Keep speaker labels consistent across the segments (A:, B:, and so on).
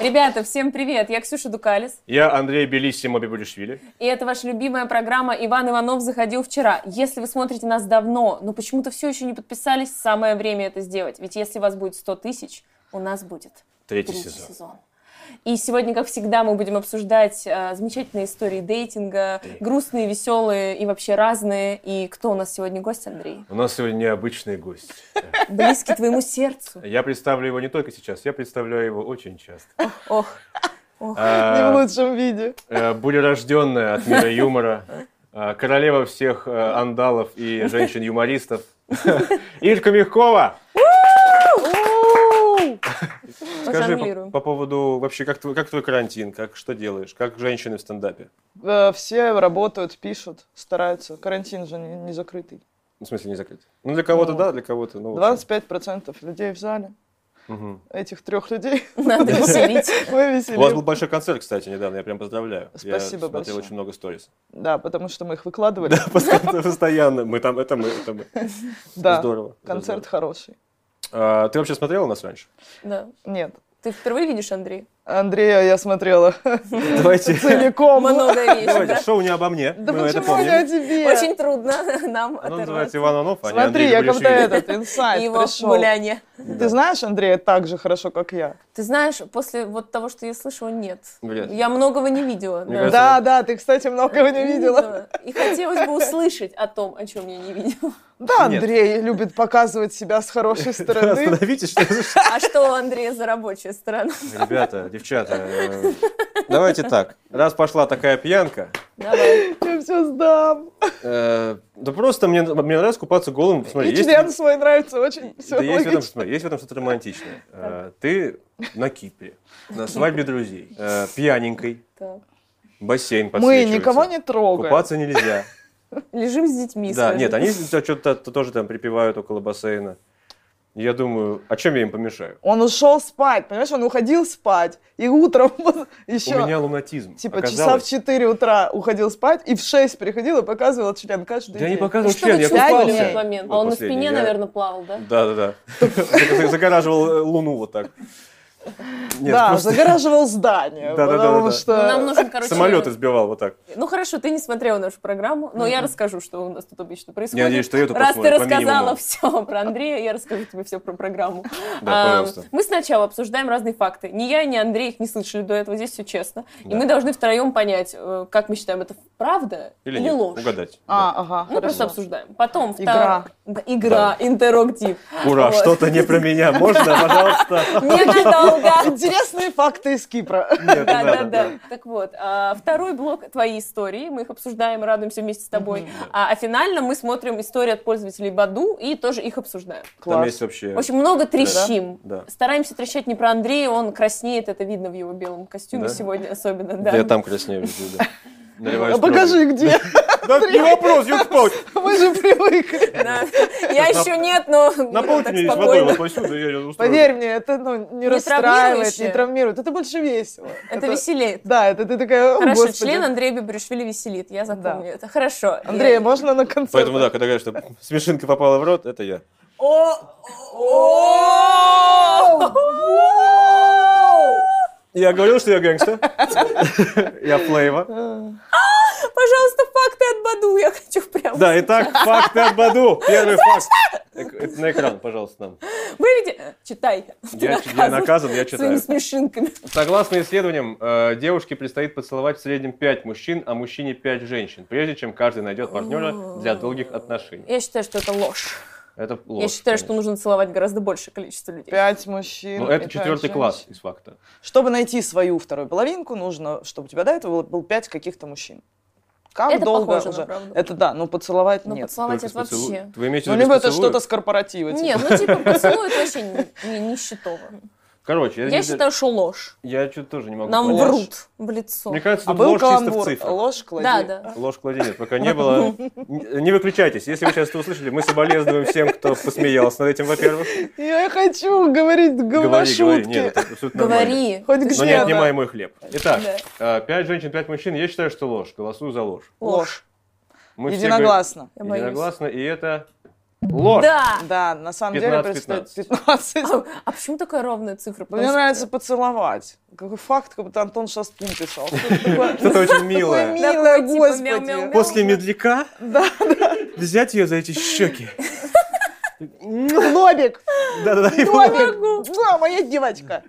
A: Ребята, всем привет! Я Ксюша Дукалис.
B: Я Андрей Белиссимо Бибулишвили.
A: И это ваша любимая программа «Иван Иванов заходил вчера». Если вы смотрите нас давно, но почему-то все еще не подписались, самое время это сделать. Ведь если вас будет 100 тысяч, у нас будет
B: Третий сезон.
A: И сегодня, как всегда, мы будем обсуждать э, замечательные истории дейтинга, грустные, веселые и вообще разные. И кто у нас сегодня гость, Андрей?
B: У нас сегодня необычный гость.
A: Близкий твоему сердцу.
B: Я представлю его не только сейчас, я представляю его очень часто.
A: Ох,
B: А,
C: Не в лучшем виде.
B: э, Бурерожденная от мира юмора, а, королева всех э, андалов и женщин-юмористов. Ирка Мягкова! Скажи по,
A: Пожонглируем.
B: по поводу вообще, как твой, как твой карантин, как что делаешь, как женщины в стендапе?
C: Э, Все работают, пишут, стараются. Карантин же не, не закрытый.
B: Ну, В смысле, не закрыт. Ну, для кого-то да, для кого-то ну. в общем.
C: 25% людей в зале.
B: Мгм.
C: Этих трех людей
A: надо веселить.
B: У
C: мы
B: вас был
C: веселим.
B: большой концерт, кстати, недавно, я прям поздравляю. я
C: Спасибо
B: смотрел
C: большое.
B: очень много сториз.
C: Да, потому что мы их выкладывали.
B: Постоянно, постоянно. Мы там, это мы, это мы.
C: Да,
B: Здорово.
C: концерт хороший.
B: Здорово. А, ты вообще смотрела нас раньше?
A: Да.
C: Нет,
A: Ты впервые видишь, Андрей?
C: Андрея я смотрела
B: Давайте.
C: целиком.
A: Много видишь,
B: Давайте,
A: да?
B: шоу не обо мне.
C: Да
B: мы Ну, это
C: почему не о
B: помним.
C: тебе?
A: Очень трудно нам
B: Оно
A: оторваться.
B: называется Ну, Иван Анов, а не
C: Смотри,
B: Андрей
C: я когда
B: Григорьевич.
C: этот
A: И
C: инсайт
A: его
C: пришел.
A: гуляние.
C: Ты знаешь Андрея так же хорошо, как я?
A: Ты знаешь, после вот того, что я слышала, нет.
B: Вряд ли.
A: Я многого не видела.
B: Мне
A: да.
B: кажется,
C: Да, да, ты, кстати, многого не видела.
A: И хотелось бы услышать о том, о чем я не видела.
C: Да,
B: Нет.
C: Андрей любит показывать себя с хорошей
B: Да,
C: стороны.
B: Остановитесь, что за ш-
A: А что у Андрея за рабочая сторона?
B: Ребята, девчата, э, давайте так. Раз пошла такая пьянка,
A: Давай.
C: Я все сдам.
B: э, да просто мне, мне нравится купаться голым. Смотри,
C: и
B: Ну, есть-
C: член свой нравится очень. Все
B: Да есть в, этом, смотри, есть в этом что-то романтичное. Э, Ты на Кипре, на свадьбе друзей, э, пьяненькой,
A: Так.
B: бассейн
C: Мы
B: подсвечивается.
C: никого не трогаем.
B: Купаться нельзя.
A: Лежим с детьми.
B: Да,
A: скажи.
B: нет, они что-то тоже там припевают около бассейна. Я думаю, о чем я им помешаю?
C: Он ушел спать, понимаешь, он уходил спать. И утром еще...
B: У меня лунатизм.
C: Типа часа в
B: Оказалось-
C: 4 утра уходил спать и в 6 приходил и показывал член каждый
B: Я не
C: день.
A: Ну
B: показывал
A: что вы
B: член, я
A: чувствовали в
B: купался.
A: этот момент?
B: Вот
A: А он на
B: последний,
A: спине,
B: я-
A: наверное, плавал, да?
B: Да-да-да. Загораживал э, луну вот так. Нет,
C: да,
B: просто
C: загораживал здание,
B: Да-да-да-да-да.
C: потому
B: Ну,
C: что...
A: Ну, Нам нужен, короче...
B: самолеты сбивал вот так.
A: Ну хорошо, ты не смотрела нашу программу, но я расскажу, что у нас тут обычно происходит.
B: надеюсь, что Юта
A: Раз ты
B: посмотрит, по минимуму.
A: рассказала все про Андрея, я расскажу тебе все про программу.
B: Да,
A: А,
B: пожалуйста.
A: Мы сначала обсуждаем разные факты. Ни я, ни Андрей их не слышали до этого, здесь все честно. И
B: Да.
A: мы должны втроем понять, э, как мы считаем, это правда
B: Или
A: или,
B: нет,
A: ложь.
B: угадать.
C: А, ага,
A: Мы просто
C: хорошо.
A: обсуждаем. Потом втор-
C: Игра.
A: Да, игра, интерактив.
B: Ура,
A: Вот.
B: что-то не про меня. Можно, пожалуйста?
A: Ненадолго.
C: Интересные факты из Кипра.
A: Да,
B: Нет,
A: да,
B: надо,
A: да. Так вот, а, второй блок твои истории. Мы их обсуждаем, радуемся вместе с тобой. А а финально мы смотрим истории от пользователей Баду и тоже их обсуждаем.
B: Там
C: Класс.
B: есть вообще...
A: В общем, много трещим.
B: Да.
A: Стараемся трещать не про Андрея, он краснеет, это видно в его белом костюме
B: Да?
A: сегодня особенно. Да.
B: Я там краснею. вижу, да. Наливаю
C: А покажи, где.
B: строго. Да, не вопрос, ёпта.
C: Мы же привыкли.
A: Да. Я еще нет, но буду
B: Наполните
A: так
B: меня здесь водой,
A: спокойно.
B: вот посюда, я её устрою.
C: Поверь мне, это ну, не,
A: Не
C: расстраивает,
A: травмирующе.
C: не травмирует. Это больше весело.
A: Это веселее.
C: Да, это ты такая, «О,
A: Хорошо,
C: господи».
A: член Андрея Бебрюшвили веселит, я запомню
C: Да.
A: это. Хорошо. Э,
C: Андрей, а
A: Я-
C: можно на концерт?
B: Поэтому, да, когда говорят, что смешинка попала в рот, это я. Я говорил, что я гэнгста. Я флейва.
A: Пожалуйста, факты от Баду, я хочу прям.
B: Да, итак, факты от Баду. Первый факт. Эк- это На экран, пожалуйста, нам.
A: Вы видите? Читай.
B: Я, ч- я наказан, я
A: Своими
B: читаю.
A: смешинками.
B: Согласно исследованиям, э, девушке предстоит поцеловать в среднем 5 мужчин, а мужчине 5 женщин, прежде чем каждый найдет партнера для долгих отношений.
A: Я считаю, что это ложь.
B: Это ложь.
A: я считаю, что
B: конечно.
A: нужно целовать гораздо большее количество людей.
C: Пять мужчин.
B: Ну,
C: и
B: это
C: пять
B: четвертый
C: женщин.
B: класс из факта.
C: Чтобы найти свою вторую половинку, нужно, чтобы у тебя до этого было, было пять каких-то мужчин. Как
A: Это
C: долго
A: похоже на
C: уже?
A: правду. Ну,
C: Это да, но поцеловать
A: Но
C: нет.
A: поцеловать это
B: Только с поцелу-
A: вообще...
B: Вы имеете в
C: Ну,
B: виду
C: либо
B: без
C: это
B: поцелуя?
C: что-то с корпоратива. типа.
A: Нет, ну типа поцелуй это вообще не, не, не счетово.
B: Короче, я,
A: Я считаю, что ложь.
B: что-то тоже не могу
A: Нам
B: понять.
A: врут в лицо.
B: Мне кажется,
C: А
B: тут
C: был
B: ложь чисто в
C: каламбур,
B: цифрах.
C: ложь клади.
A: Да, да.
B: Ложь клади нет, пока не было. Н- Не выключайтесь. Если вы сейчас это услышали, мы соболезнуем всем, кто посмеялся над этим, во-первых.
C: Я хочу говорить
B: говори.
C: говношутки.
B: Нет, это абсолютно нормально.
A: Говори.
C: Хоть
B: Но
C: где
B: не
C: да.
B: отнимай мой хлеб. Итак, э, пять женщин, пять мужчин. Я считаю, что ложь. Голосую за ложь.
C: Ложь.
B: Мы все
C: Единогласно.
A: Я
B: говорим-
A: боюсь.
B: Единогласно, и это ложь.
A: Да!
C: Да, на самом
B: 15-15.
C: деле предстоит 15.
A: А, а почему такая ровная цифра?
C: Мне
A: Потому что-
C: нравится поцеловать. Какой факт, как будто Антон Шаспин писал. Что-то такое-
B: Что-то очень
C: такое
B: милое.
C: милое,
A: Такое, типа, мяу-мяу-мяу.
C: господи.
B: После медляка
C: Да,
B: взять ее за эти щеки.
C: Нобик,
B: Да-да-да,
C: Ну,
B: и
C: Нобик, да, моя девочка.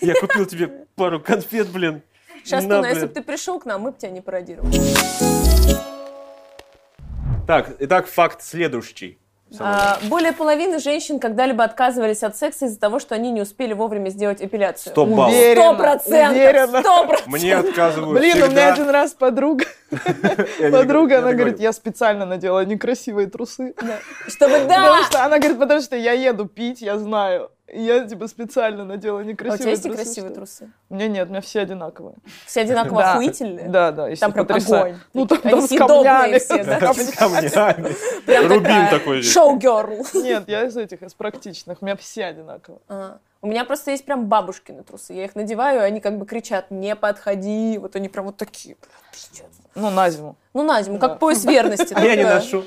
B: я купил тебе пару конфет, блин.
A: Сейчас, ну,
B: На,
A: если
B: блин.
A: бы ты пришел к нам, мы бы тебя не пародировали.
B: Так, итак, факт следующий.
A: А, более половины женщин когда-либо отказывались от секса из-за того, что они не успели вовремя сделать эпиляцию.
B: Сто баллов.
A: Сто процентов!
C: Уверена.
A: Сто процентов!
B: Мне отказывают
C: Блин, у меня
B: всегда.
C: один раз подруга,
B: Я не-
C: подруга,
B: я
C: она
B: не
C: говорит,
B: говорю.
C: я специально надела некрасивые трусы.
A: Чтобы да!
C: Потому что она говорит, потому что я еду пить, я знаю. И Я типа специально надела
A: А у тебя
C: некрасивые
A: есть
C: трусы.
A: некрасивые
C: что-
A: трусы?
C: У меня нет, у меня все одинаковые.
A: Все одинаково
C: Да.
A: охуительные?
C: Да, да, если
A: Там прям
C: потрясаю.
A: огонь.
C: Ну там,
A: Они
C: там с
A: съедобные
C: камнями.
A: все, да?
C: Там-
B: С камнями.
A: Прям
B: Рубин
A: такая
B: такой здесь.
A: Шоу-герл.
C: Нет, я из этих, из практичных, у меня все одинаковые.
A: А, У меня просто есть прям бабушкины трусы. Я их надеваю, и они как бы кричат «Не подходи!» Вот они прям вот такие. «Бля, ты чё?»
C: Ну, на зиму.
A: Ну, на зиму,
C: Да.
A: как пояс верности.
B: А я не
A: такое.
B: ношу.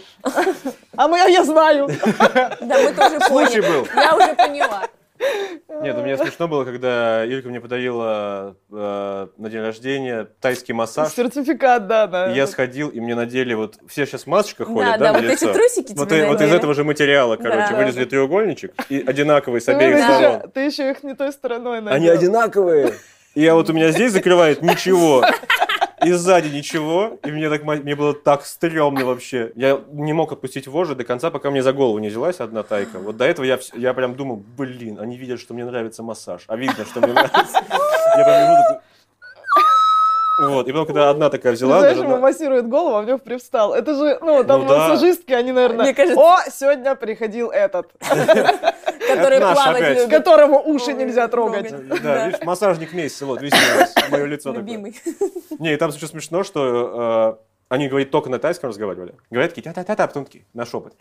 C: А мы, а я знаю.
A: Да, мы тоже
B: Случай
A: поняли.
B: был.
A: Я уже поняла.
B: Нет, у меня смешно было, когда Юлька мне подарила э, на день рождения тайский массаж.
C: Сертификат, да, да. Ну,
B: И Я сходил, и мне надели вот все сейчас масочка
A: Да,
B: ходят,
A: да,
B: да, на
A: вот эти
B: лицо?
A: трусики
B: Вот,
A: тебе
B: и- вот из
A: надели.
B: этого же материала, короче,
A: Да.
B: вырезали треугольничек и одинаковый с
C: Ты
B: обеих
A: Да.
B: сторон.
C: еще- Ты еще их не той стороной надел.
B: Они одинаковые. И я вот у меня здесь закрывает ничего. И сзади ничего. И мне, так, ма- мне было так стрёмно вообще. Я не мог отпустить вожжи до конца, пока мне за голову не взялась одна тайка. Вот до этого я, вс- я прям думал, блин, они видят, что мне нравится массаж. А видно, что мне нравится. Я прям лежу такой... Вот, и потом, когда одна такая взяла,
C: Представляешь,
B: даже
C: ему
B: на-
C: массирует голову, а у него привстал. Это же, ну, там
B: Ну да.
C: массажистки, они, наверное,
A: Мне кажется-
C: о, сегодня приходил этот,
A: Которые
B: наш опять.
A: плавать любят.
C: которому уши
A: Ой,
C: нельзя трогать.
A: Да.
B: Да, видишь, массажник месяца, вот, видите, у нас мое лицо такое.
A: Любимый.
B: Не, и там еще смешно, что э, они, говорит, только на тайском разговаривали. Говорят такие, та-та-та-та, а потом такие, на шепот.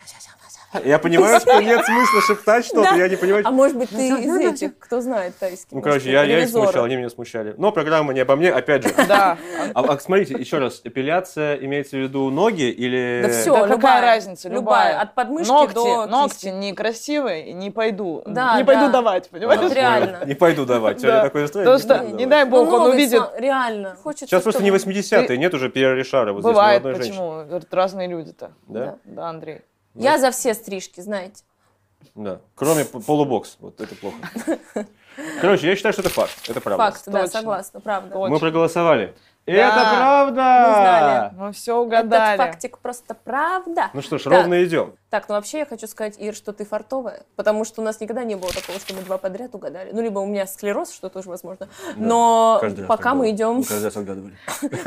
B: Я понимаю, что нет смысла шептать что-то, я не понимаю.
A: А может быть, ты из этих, кто знает тайский?
B: Ну,
A: может,
B: короче,
A: ты
B: я, я их
A: ревизоры.
B: смущал, они меня смущали. Но программа не обо мне, опять же.
C: Да.
B: А, а смотрите, еще раз, эпиляция имеется в виду ноги или...
A: Да все,
C: Э, Да какая
A: любая.
C: разница, любая.
A: От подмышки
C: ногти,
A: до
C: ногти
A: кисти.
C: некрасивые, и не пойду,
A: Да,
C: не пойду
A: да.
C: давать,
B: Ладно,
A: Вот
C: понимаешь?
B: понял.
A: реально.
B: А, Не пойду давать. Сегодня
C: Да.
B: такое настроение,
C: Потому
B: не
C: что,
B: пойду
C: не
B: давать.
C: дай
A: Ну,
C: бог, он
A: новый
C: увидит,
A: сам- Реально. Хочется,
B: Сейчас просто не
A: чтобы-
B: 80-е, нет уже Пьера Ришара вот
C: бывает,
B: здесь ни одной женщины.
C: почему, говорят, разные люди-то.
B: Да?
C: Да, Андрей.
A: Я за все стрижки, знаете.
B: Да. Кроме п- полубокс. Вот это плохо. Короче, я считаю, что это факт. Это правда.
A: Факт, да,
C: Точно.
A: согласна, правда.
C: Точно.
B: Мы проголосовали. И
C: Да.
B: Это
A: Мы знали.
B: правда!
C: Мы все
A: Этот
C: Ну, угадали.
A: фактик просто правда.
B: Ну что ж,
A: Да.
B: ровно идем.
A: Так, ну вообще я хочу сказать, Ир, что ты фартовая, потому что у нас никогда не было такого, что мы два подряд угадали. Ну, либо у меня склероз, что тоже возможно. Но пока мы идем,
B: раз отгадывали.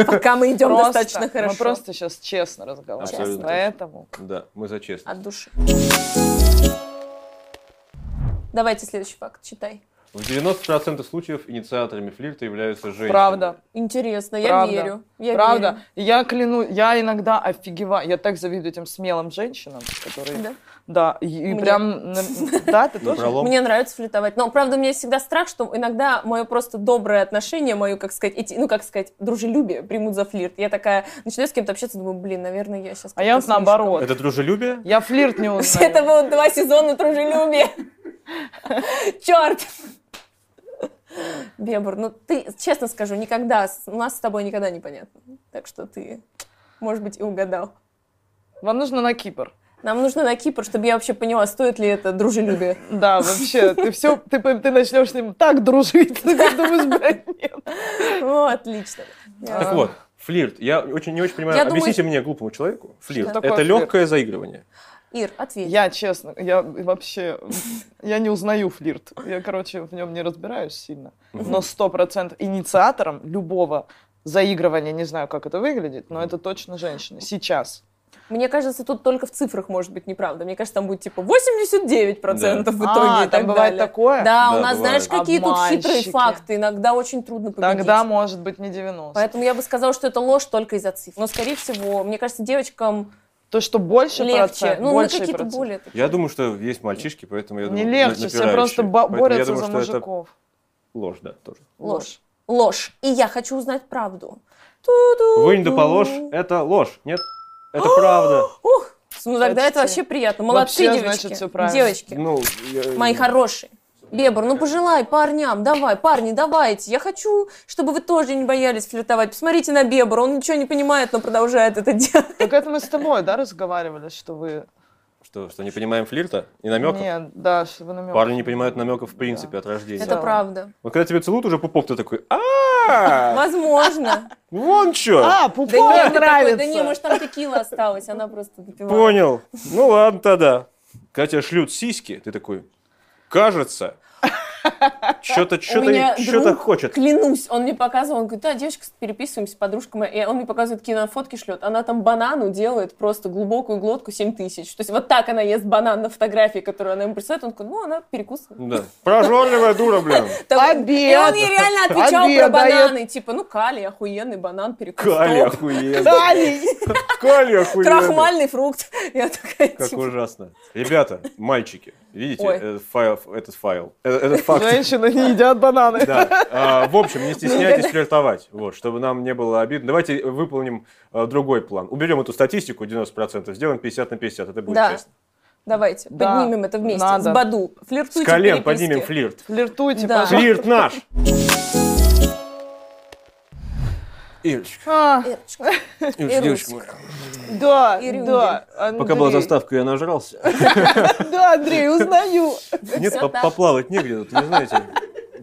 A: пока мы идем
C: Просто.
A: достаточно
C: Мы
A: хорошо.
C: просто сейчас честно разговариваем.
B: Абсолютно.
C: Поэтому
B: Да, мы за честность.
A: От души. Давайте следующий факт, читай.
B: В 90% случаев инициаторами флирта являются женщины.
C: правда.
A: Интересно, я
C: Правда.
A: верю. Я
C: Правда,
A: верю.
C: я клянусь, я иногда офигеваю, я так завидую этим смелым женщинам, которые, да,
A: Да.
C: и, и
A: Мне.
C: прям, на- да, ты
B: На
C: тоже?
B: пролом.
A: Мне нравится флиртовать. Но, правда, у меня есть всегда страх, что иногда мое просто доброе отношение, мое, как сказать, эти- ну, как сказать, дружелюбие примут за флирт. Я такая начинаю с кем-то общаться, думаю, блин, наверное, я сейчас...
C: А я вот наоборот.
B: Это дружелюбие?
C: Я флирт не узнаю.
A: Это было два сезона дружелюбия. Черт! Бебур, ну ты, честно скажу, никогда, с- у нас с тобой никогда не понятно. Так что ты, может быть, и угадал.
C: Вам нужно на Кипр.
A: Нам нужно на Кипр, чтобы я вообще поняла, стоит ли это дружелюбие.
C: Да, вообще, ты все, ты, по- ты начнешь с ним так дружить, ты как думаешь, блядь, нет.
A: О, Ну, отлично.
B: Так
C: А.
B: вот, флирт. Я очень не очень понимаю.
A: Я думаю-
B: Объясните мне, глупому человеку, флирт.
C: Что такое
B: Это
C: флирт?
B: легкое заигрывание.
A: Ир, ответь.
C: Я, честно, я вообще, я не узнаю флирт. Я, короче, в нем не разбираюсь сильно. Но сто процентов инициатором любого заигрывания, не знаю, как это выглядит, но это точно женщина. Сейчас.
A: Мне кажется, тут только в цифрах может быть неправда. Мне кажется, там будет типа 89% в итоге и
C: А,
A: так
C: там бывает
A: далее.
C: такое?
A: Да, у
B: Да,
A: нас,
B: бывает.
A: знаешь, какие тут хитрые
C: Обманщики.
A: факты. Иногда очень трудно победить.
C: Тогда, может быть, не 90.
A: Поэтому я бы сказала, что это ложь только из-за цифр. Но, скорее всего, мне кажется, девочкам
C: То, что больше
A: легче.
C: процент,
A: ну, на
C: больше
A: какие-то
C: процент.
A: более. такие.
B: Я думаю, что есть мальчишки, поэтому я
C: не
B: думаю, на-
C: легче, все
B: напирающие.
C: просто бо-
B: Поэтому
C: борются
B: я думаю,
C: за
B: что это
C: мужиков.
B: ложь, да, тоже.
A: Ложь. Ложь. И я хочу узнать правду. Ту-ду-ду.
B: Вынь да положь, это ложь, нет? Это правда.
A: Ух, ну тогда это
C: Почти.
A: вообще приятно. Молодцы,
C: Вообще,
A: девочки.
C: значит, всё правильно.
A: Девочки,
B: Ну, я-
A: мои хорошие. Бебр, ну пожелай парням, давай, парни, давайте. Я хочу, чтобы вы тоже не боялись флиртовать. Посмотрите на Бебра, он ничего не понимает, но продолжает это делать.
C: Так это мы с тобой, да, разговаривали, что вы...
B: Что, что не понимаем флирта и намеков?
C: Нет, да, что вы намеков.
B: Парни не понимают намеков в принципе от рождения.
A: Это
C: Да.
A: правда.
B: Вот когда тебя целуют уже пупок, ты такой, а
A: Возможно.
B: Вон что!
C: А,
A: Да не,
C: пупок
A: ты такой,
C: нравится.
A: да не, может, там текила осталась, она просто допивала.
B: Понял. Ну ладно тогда. Когда тебя шлют сиськи, ты такой, кажется, что-то
A: У меня
B: что-то что-то
A: друг,
B: хочет.
A: Клянусь, он мне показывал, он говорит, да, девочка, переписываемся, подружка моя, и он мне показывает кинофотки шлет, она там банану делает просто глубокую глотку 7 тысяч. То есть вот так она ест банан на фотографии, которую она ему присылает, он такой, ну, она перекусывает.
B: Да. Прожорливая дура, блин.
A: Там-
C: Обед.
A: И он ей реально отвечал
C: Обед
A: про
C: дает.
A: бананы, типа, ну, калий, охуенный банан,
B: Кали
A: перекусывает.
B: охуенно.
C: Дали.
B: Кали охуенно.
A: Крахмальный фрукт. Я такая,
B: Как
A: типа,
B: ужасно. Ребята, мальчики, видите,
A: Ой.
B: этот файл, этот файл, э- этот факт.
C: Женщины не едят бананы.
B: Да. А, в общем, не стесняйтесь флиртовать, вот, чтобы нам не было обидно. Давайте выполним а, другой план. Уберем эту статистику 90%, сделаем 50 на 50, это будет
A: Да.
B: честно.
A: давайте,
C: Да,
A: поднимем это вместе, с
C: надо.
A: Баду.
B: С
A: Флиртуйте в
B: колен
A: переписке.
B: поднимем флирт.
C: Флиртуйте,
A: Да.
C: пожалуйста.
B: Флирт наш! Ирочка,
C: А,
A: Ирочка, Ну,
B: Ирочка, девочка моя.
C: да,
A: Ирюндель.
C: да, Андрей.
B: Пока была заставка, я нажрался.
C: Да, Андрей, узнаю.
B: Нет,
A: Всё
B: по-
A: так.
B: поплавать негде, тут, не знаете.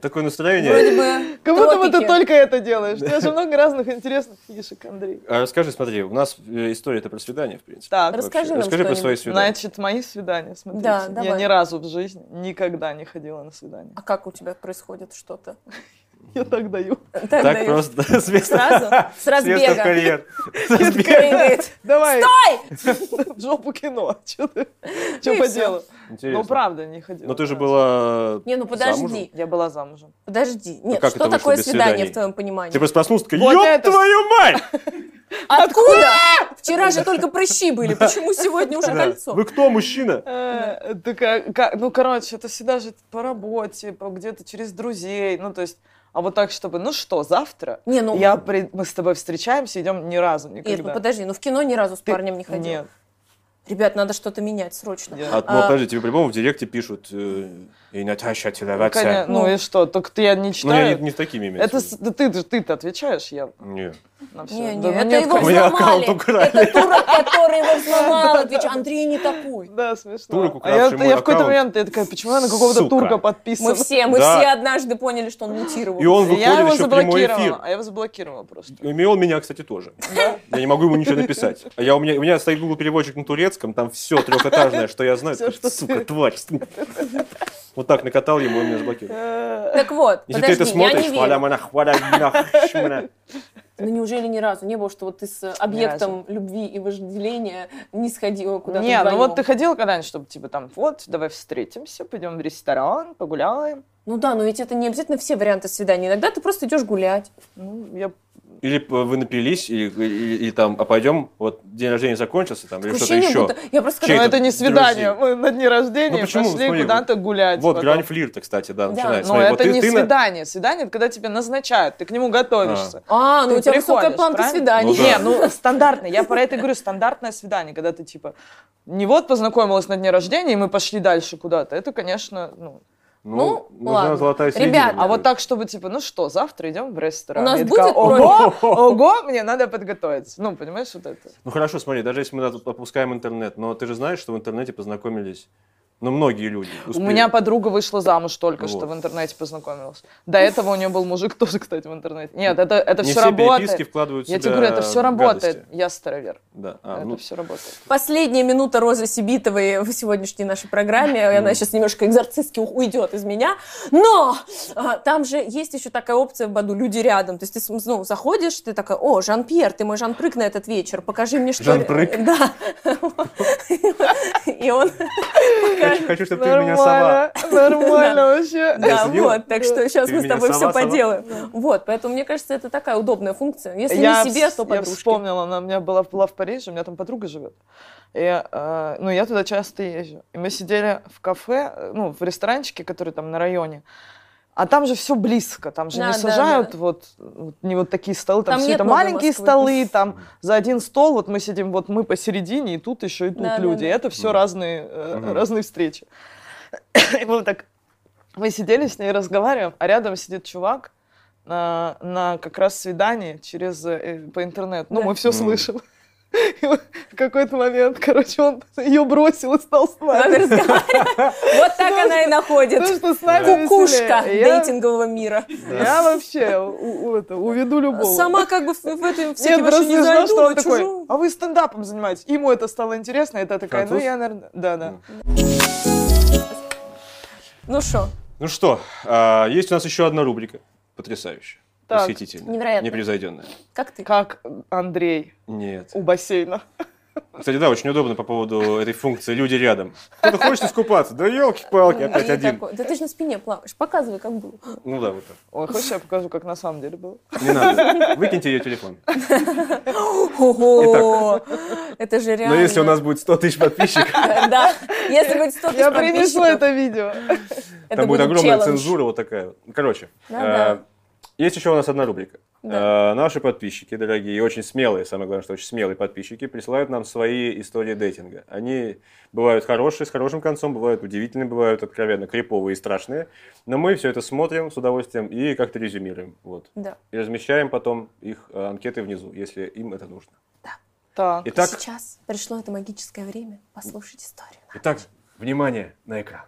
B: Такое настроение.
A: Вроде бы
C: Как будто бы ты
A: тропики.
C: только это делаешь. У тебя же много разных интересных фишек, Андрей.
B: А Расскажи, смотри, у нас э, история-то про свидание, в принципе.
C: Так,
A: Расскажи
B: Вообще.
A: нам
B: Расскажи про
A: что-нибудь.
B: свои свидания.
C: значит, мои свидания, смотрите.
A: Да,
C: Я
A: давай.
C: ни разу в жизни никогда не ходила на свидание.
A: А как у тебя происходит что-то?
C: Я так даю.
A: Так,
B: Так
A: даёшь.
B: просто, с места,
A: Сразу? С
B: с места в
A: разбега.
B: карьер. С разбега.
A: Прыгает.
C: Давай. Стой! В жопу кино. Что ты? Что
A: И
C: по
A: всё.
C: делу?
B: Интересно.
C: Ну, правда, не ходила.
B: Но ты же
C: да.
B: была
A: Не, ну подожди,
B: замужем?
C: Я была замужем.
A: подожди. Нет,
B: Ну, как
A: что
B: это вышло
A: такое
B: без
A: свидание
B: свиданий?
A: в твоем понимании?
B: Ты просто проснулся, такая,
C: Вот
B: ёб
C: это-
B: твою мать!
A: Откуда? Вчера же только прыщи были, почему сегодня уже
B: Да.
A: кольцо?
B: Вы кто, мужчина?
C: Э, так, а, ка- ну, короче, это всегда же по работе, по- где-то через друзей, ну, то есть, а вот так, чтобы, ну что, завтра
A: Не, ну,
C: я при- мы с тобой встречаемся, идем ни разу
A: Ир, ну
C: никогда.
A: подожди, ну в кино ни разу с
C: Ты-
A: парнем не ходил.
C: Нет,
A: Ребят, надо что-то менять срочно.
C: нет.
B: А, ну,
A: А-
B: подожди, тебе по-любому в директе пишут э, «И Наташа, тебя
C: ну, коня-
B: отца».
C: ну и что, только ты я не
B: Ну, я не,
C: читаю.
B: не с такими имею в
C: это
B: виду.
C: с- да ты, ты, ты отвечаешь я
B: Не.
C: на все.
A: Не, не,
C: да, ну,
A: это
C: нет,
A: его
B: У меня
A: взломали.
B: аккаунт украли.
A: Это турок, который его взломал. Отвечу, Андрей не такой.
C: Да, смешно.
B: Турок,
C: а я,
B: укравший мой
C: я в какой-то
B: аккаунт.
C: момент, я такая, почему я на какого-то
B: Сука.
C: турка подписана?
A: Мы все, мы
B: Да.
A: все однажды поняли, что он мутировал.
B: И он
C: я
B: выходит
C: его
B: еще в прямой эфир.
C: заблокировала, а я его заблокировала просто.
B: И он меня, кстати, тоже. Я не могу ему ничего написать. А я, у, меня, у меня стоит Google переводчик на турецком, там все трехэтажное, что я знаю.
C: Всё, что ты-
B: Сука, тварь. Вот так накатал ему, он меня заблокировал.
C: Э,
A: Так вот,
B: Если ты
A: подожди,
B: это
A: я
B: смотришь,
A: не
B: «Хваля
A: верю.
B: мана, хваля мана, хшмана».
A: Ну неужели ни разу не было, что вот ты с э, объектом любви и вожделения не сходила куда-то
C: Не, ну
A: вдвоем?
C: вот ты ходила когда-нибудь, чтобы типа там, вот, давай встретимся, пойдем в ресторан, погуляем.
A: Ну да, но ведь это не обязательно все варианты свиданий. Иногда ты просто идешь гулять.
C: Ну, я...
B: Или э, вы напились, и, и- и там, а пойдем, вот день рождения закончился, там, или
A: Такое
B: что-то
A: ощущение,
B: еще.
A: будто- Я просто
B: Чей
A: когда...
C: Но
B: это
C: Ну, это не
B: друзей?
C: свидание, мы на дни рождения
B: Ну почему?
C: пошли
B: Смотри,
C: куда-то гулять.
B: Вот
C: потом.
B: грань флирта, кстати, да,
A: Да.
B: начинается.
C: Но
B: Смотри, вот
C: это
B: ты-
C: не
B: ты на-
C: свидание. Свидание, это когда тебе назначают, ты к нему готовишься.
A: А, ну
C: Ты
A: у тебя
C: приходишь,
A: высокая планка
C: правильно?
A: свиданий.
B: Ну да.
C: Не, ну стандартное, я про это и говорю, стандартное свидание, когда ты типа не вот познакомилась на дне рождения, и мы пошли дальше куда-то. Это, конечно, ну...
A: Ну,
B: нужна
A: ладно.
B: золотая середина,
A: Ребят,
B: мне
C: А вот
B: кажется.
C: так, чтобы типа, ну что, завтра идем в ресторан.
A: У нас
C: Я такая,
A: будет
C: Ого, ого, мне надо подготовиться. Ну, понимаешь, вот это.
B: Ну хорошо, смотри, даже если мы да, тут опускаем интернет, но ты же знаешь, что в интернете познакомились, ну, многие люди.
C: У
B: успели.
C: меня подруга вышла замуж только что
B: Вот.
C: в интернете познакомилась. До этого у нее был мужик тоже, кстати, в интернете. Нет, это, это
B: не
C: все
B: все
C: работает.
B: переписки вкладывают в
C: Я
B: себя
C: тебе говорю, это все работает.
B: гадости.
C: Я старовер.
B: Да. А,
C: это
B: ну,
C: все работает.
A: Последняя минута Розы Сибитовой в сегодняшней нашей программе. И Она сейчас немножко экзорцистски у- уйдет из меня. Но а, там же есть еще такая опция в Баду «Люди рядом». То есть ты с- ну, заходишь, ты такая «О, Жан-Пьер, ты мой Жан-Прыг на этот вечер, покажи мне, что...»
B: Жан-Прыг?
A: Да. И он...
B: хочу, хочу, чтобы ты меня сова.
C: Нормально, нормально вообще.
A: Да,
B: заценила?
A: вот, так что сейчас
B: Ты
A: мы с
B: меня
A: тобой все
B: сова, сова?
A: поделаем. Вот, поэтому, мне кажется, это такая удобная функция. Если
C: я,
A: не себе,
C: вс-
A: то
C: я
A: подружке.
C: вспомнила, она у меня была, была в Париже, у меня там подруга живет. И, э, ну, я туда часто езжу. И мы сидели в кафе, э, ну, в ресторанчике, который там на районе. А там же все близко, там же
A: Да,
C: не
A: да,
C: сажают
A: да.
C: вот, вот не вот такие столы, там,
A: Там
C: все
A: нет
C: это
A: много
C: маленькие
A: Москвы.
C: столы, там за один стол вот мы сидим, вот мы посередине, и тут еще и тут
A: Да, да,
C: люди.
A: да.
C: Это все
B: Мгм.
C: разные, э,
B: Мгм.
C: разные встречи. И мы вот так Мы сидели с ней, разговариваем, а рядом сидит чувак на, на как раз свидании через э, по интернету. Ну,
A: Да.
C: мы все
B: М.
C: слышим. И вот В какой-то момент, короче, он ее бросил и стал с
A: Надо
C: нами.
A: разговаривать. Вот так она и
C: Потому
A: находит.
C: что с нами
A: Кукушка
C: веселее. Я-
A: дейтингового мира.
C: Я вообще у- у- это, уведу любого.
A: Сама как бы в, в эту в
C: Нет,
A: всякие ваши
C: просто
A: не
C: не знал,
A: зайду,
C: что он
A: но
C: такой,
A: чужую.
C: а вы стендапом занимаетесь. Ему это стало интересно, это такая,
B: Француз?
C: ну я, наверное, да-да.
A: Ну что,
B: Ну что, а, есть у нас еще одна рубрика. Потрясающая.
C: Так.
B: Восхитительная.
A: Невероятная.
B: Непревзойденная.
A: как ты?
C: Как Андрей
B: Нет.
C: у бассейна.
B: Кстати, да, очень удобно по поводу этой функции. Люди рядом. Кто-то хочет искупаться. Да
C: Ну,
B: елки-палки, опять
A: И
B: один.
A: такой, Да ты же на спине плаваешь. Показывай, как было.
B: Ну да, вот так.
C: Ой, хочешь, я покажу, как на самом деле было?
B: Не надо. Выкиньте ее телефон.
A: Ого! Это же реально.
B: Но если у нас будет 100 тысяч подписчиков,
A: Да, если будет 100 тысяч
C: Я принесу
A: подписчиков,
C: это видео.
A: это
B: там будет огромная
A: челлендж.
B: цензура вот такая. вот. Короче,
A: Да-да.
B: э, есть еще у нас одна рубрика.
A: Да.
B: Э, Наши подписчики, дорогие, и очень смелые, самое главное, что очень смелые подписчики, присылают нам свои истории дейтинга. Они бывают хорошие, с хорошим концом, бывают удивительные, бывают откровенно криповые и страшные. Но мы все это смотрим с удовольствием и как-то резюмируем. Вот.
A: Да.
B: И размещаем потом их э, анкеты внизу, если им это нужно.
C: Так,
B: Итак,
A: Сейчас пришло это магическое время послушать историю.
B: итак внимание на экран.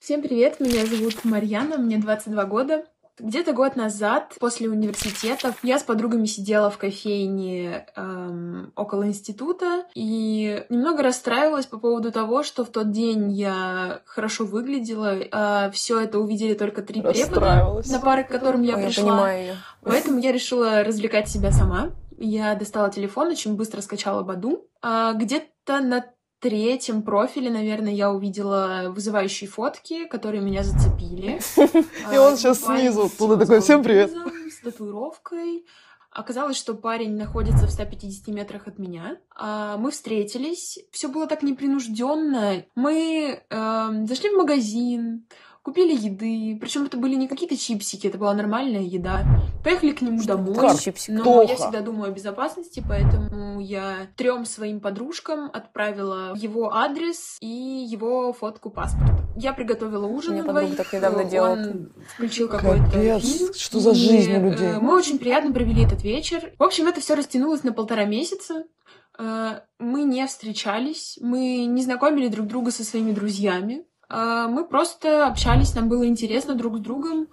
D: Всем привет, меня зовут Марьяна, мне 22 года. Где-то год назад, после университета, я с подругами сидела в кофейне эм, около института и немного расстраивалась по поводу того, что в тот день я хорошо выглядела. все это увидели только три препода,
C: расстраивалась.
D: на пары к которым я
A: Ой,
D: пришла.
A: понимаю ее.
D: Поэтому я решила развлекать себя сама. Я достала телефон, очень быстро скачала Баду. А, где-то на третьем профиле, наверное, я увидела вызывающие фотки, которые меня зацепили.
C: И
D: А,
C: он сейчас
D: парень
C: снизу,
D: с
C: оттуда такой, «Всем привет».
D: глазом, С татуировкой. Оказалось, что парень находится в 150 метрах от меня. А, Мы встретились, все было так непринужденно. Мы эм, зашли в магазин, купили еды. Причем это были не какие-то чипсики, это была нормальная еда. Поехали к нему домой.
A: Такой
C: Карп,
A: щипсик.
D: Но
C: Ктоха.
D: я всегда думаю о безопасности, поэтому я трем своим подружкам отправила его адрес и его фотку паспорта. Я приготовила ужин
A: меня
D: на
A: подруга
D: двоих. э,
A: так недавно
D: Он
A: делала.
D: включил какой-то фильм.
C: Капец, что за
D: И,
C: жизнь у
D: э,
C: людей?
D: Мы очень приятно провели этот вечер. В общем, это все растянулось на полтора месяца. Э, Мы не встречались, мы не знакомили друг друга со своими друзьями. Э, Мы просто общались, нам было интересно друг с другом.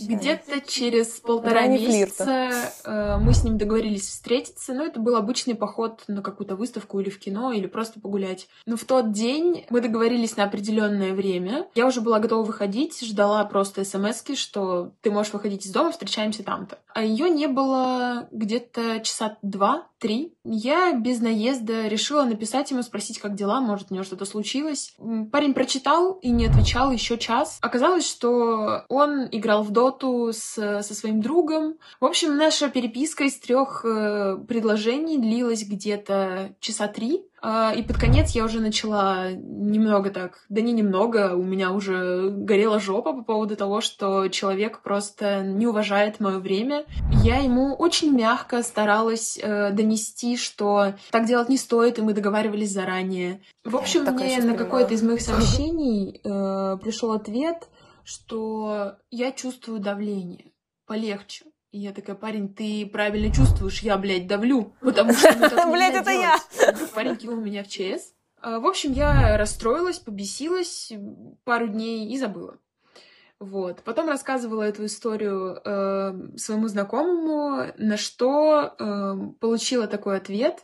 D: Где-то через полтора
A: Грани
D: месяца э, мы с ним договорились встретиться, но это был обычный поход на какую-то выставку или в кино, или просто погулять. Но в тот день мы договорились на определенное время. Я уже была готова выходить, ждала просто смс что ты можешь выходить из дома, встречаемся там-то. А ее не было где-то часа два-три. Я без наезда решила написать ему, спросить, как дела, может, у него что-то случилось. М, Парень прочитал и не отвечал еще час. Оказалось, что он играл в доту с- со своим другом. В общем, наша переписка из трех э, предложений длилась где-то часа три. А, И под конец я уже начала немного так, да не немного, у меня уже горела жопа по поводу того, что человек просто не уважает мое время. Я ему очень мягко старалась э, донести, что так делать не стоит, и мы договаривались заранее. В общем,
A: Так, я
D: мне
A: щас
D: на
A: понимаю.
D: какое-то из моих сообщений э, пришел ответ, что я чувствую давление. Полегче. И я такая, парень, ты правильно чувствуешь, я, блядь, давлю, потому что... ну, так
A: Блядь,
D: нельзя
A: это
D: делать. Парень кинул меня в ЧС. А, В общем, я расстроилась, побесилась пару дней и забыла. Вот. Потом рассказывала эту историю э, своему знакомому, на что э, получила такой ответ,